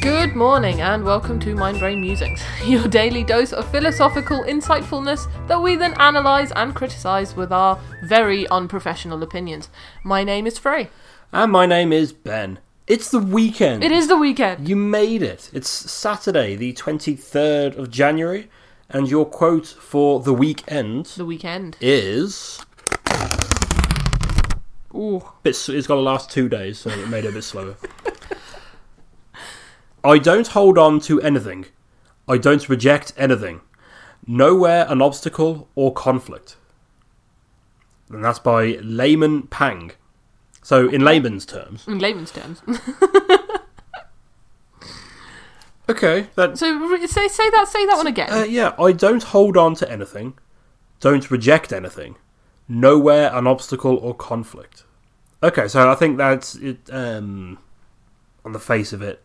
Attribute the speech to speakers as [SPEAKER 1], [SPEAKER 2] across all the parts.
[SPEAKER 1] Good morning and welcome to Mind Brain Musings, your daily dose of philosophical insightfulness that we then analyse and criticise with our very unprofessional opinions. My name is Frey.
[SPEAKER 2] And my name is Ben. It's the weekend.
[SPEAKER 1] It is the weekend.
[SPEAKER 2] You made it. It's Saturday, the 23rd of January, and your quote for the weekend
[SPEAKER 1] The weekend.
[SPEAKER 2] is.
[SPEAKER 1] Ooh.
[SPEAKER 2] Bit, it's got to last two days, so it made it a bit slower. I don't hold on to anything. I don't reject anything. Nowhere an obstacle or conflict. And that's by Layman Pang. So, in layman's terms.
[SPEAKER 1] In layman's terms.
[SPEAKER 2] Okay, that
[SPEAKER 1] so re- say say that say that one again.
[SPEAKER 2] Uh, yeah, I don't hold on to anything, don't reject anything, nowhere an obstacle or conflict. Okay, so I think that's it. Um, on the face of it,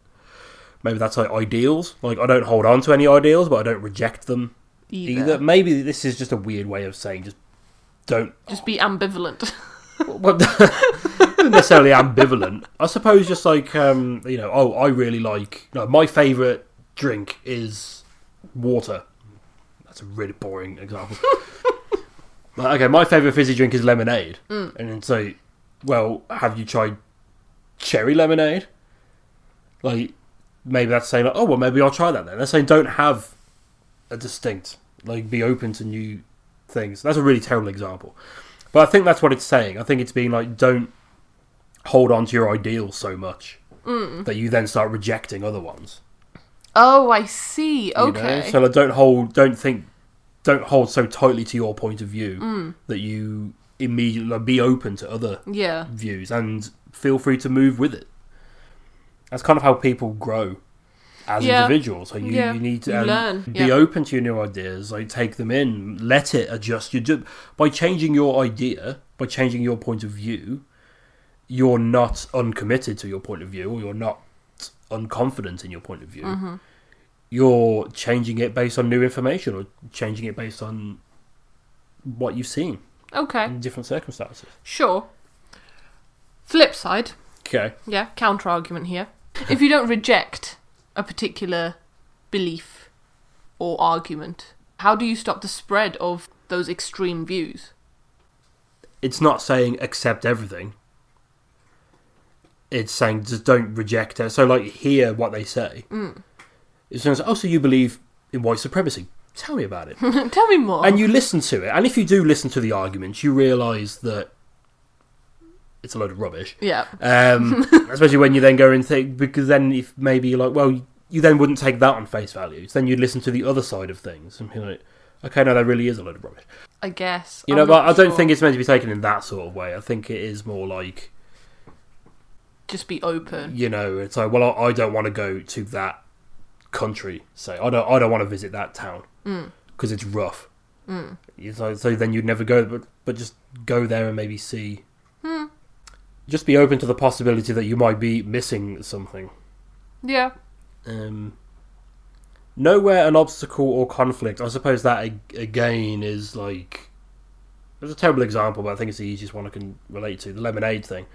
[SPEAKER 2] maybe that's like ideals. Like I don't hold on to any ideals, but I don't reject them either.
[SPEAKER 1] either.
[SPEAKER 2] Maybe this is just a weird way of saying just don't
[SPEAKER 1] Just be ambivalent.
[SPEAKER 2] well, not necessarily ambivalent. I suppose just like um, you know, oh, I really like no, my favorite drink is water. That's a really boring example. like, okay, my favorite fizzy drink is lemonade, and then say, well, have you tried cherry lemonade? Like maybe that's saying, like, oh, well, maybe I'll try that then. That's saying don't have a distinct like be open to new things. That's a really terrible example. But I think that's what it's saying. I think it's being like, don't hold on to your ideals so much that you then start rejecting other ones.
[SPEAKER 1] oh, I see.
[SPEAKER 2] you know?
[SPEAKER 1] Okay.
[SPEAKER 2] So like, don't hold, don't think, don't hold so tightly to your point of view that you immediately like, be open to other
[SPEAKER 1] yeah.
[SPEAKER 2] views and feel free to move with it. That's kind of how people grow as
[SPEAKER 1] Yeah.
[SPEAKER 2] individuals. So you,
[SPEAKER 1] Yeah.
[SPEAKER 2] you need to
[SPEAKER 1] You
[SPEAKER 2] um,
[SPEAKER 1] learn,
[SPEAKER 2] be
[SPEAKER 1] yeah.
[SPEAKER 2] open to your new ideas, like take them in, let it adjust. You do by changing your idea, by changing your point of view, you're not uncommitted to your point of view, or you're not unconfident in your point of view.
[SPEAKER 1] Mm-hmm.
[SPEAKER 2] You're changing it based on new information, or changing it based on what you've seen
[SPEAKER 1] Okay.
[SPEAKER 2] in different circumstances.
[SPEAKER 1] Sure. Flip side.
[SPEAKER 2] Okay.
[SPEAKER 1] Yeah, counter argument here. If you don't reject a particular belief or argument, how do you stop the spread of those extreme views?
[SPEAKER 2] it's not saying accept everything. It's saying just don't reject it. So like hear what they say. It's just, oh, so you believe in white supremacy? Tell me about it.
[SPEAKER 1] Tell me more.
[SPEAKER 2] and you listen to it. And if you do listen to the arguments, you realise that it's a load of rubbish.
[SPEAKER 1] yeah.
[SPEAKER 2] Um, especially when you then go and think because then if maybe you're like, well, you then wouldn't take that on face value. So then you'd listen to the other side of things and be like, okay, no, that really is a load of rubbish.
[SPEAKER 1] I guess.
[SPEAKER 2] You
[SPEAKER 1] I'm
[SPEAKER 2] know, but
[SPEAKER 1] not
[SPEAKER 2] I don't
[SPEAKER 1] sure.
[SPEAKER 2] think it's meant to be taken in that sort of way. I think it is more like,
[SPEAKER 1] Just be open.
[SPEAKER 2] you know, it's like, well, I, I don't want to go to that country. Say, I don't, I don't want to visit that town
[SPEAKER 1] Mm.
[SPEAKER 2] because it's rough. It's like- so then you'd never go, but but just go there and maybe see.
[SPEAKER 1] Hmm.
[SPEAKER 2] Just be open to the possibility that you might be missing something.
[SPEAKER 1] Yeah.
[SPEAKER 2] Um, nowhere an obstacle or conflict. I suppose that ag- again is like it's a terrible example, but I think it's the easiest one I can relate to the lemonade thing.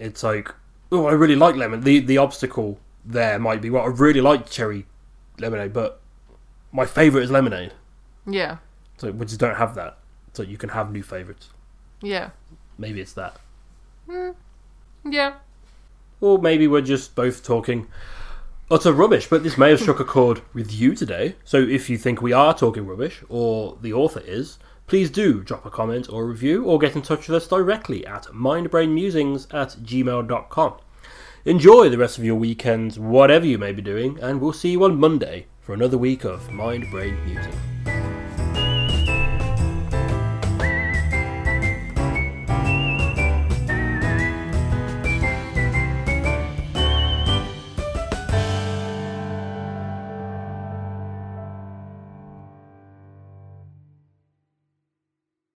[SPEAKER 2] It's like, oh, I really like lemon. The the obstacle there might be well, I really like cherry lemonade, but my favorite is lemonade.
[SPEAKER 1] Yeah.
[SPEAKER 2] So we just don't have that. So you can have new favorites.
[SPEAKER 1] Yeah.
[SPEAKER 2] Maybe it's that,
[SPEAKER 1] Yeah.
[SPEAKER 2] or maybe we're just both talking. utter rubbish, but this may have struck a chord with you today. So if you think we are talking rubbish, or the author is, please do drop a comment or review, or get in touch with us directly at mindbrainmusings at gmail.com. Enjoy the rest of your weekends, whatever you may be doing, and we'll see you on Monday for another week of Mind Brain Musings.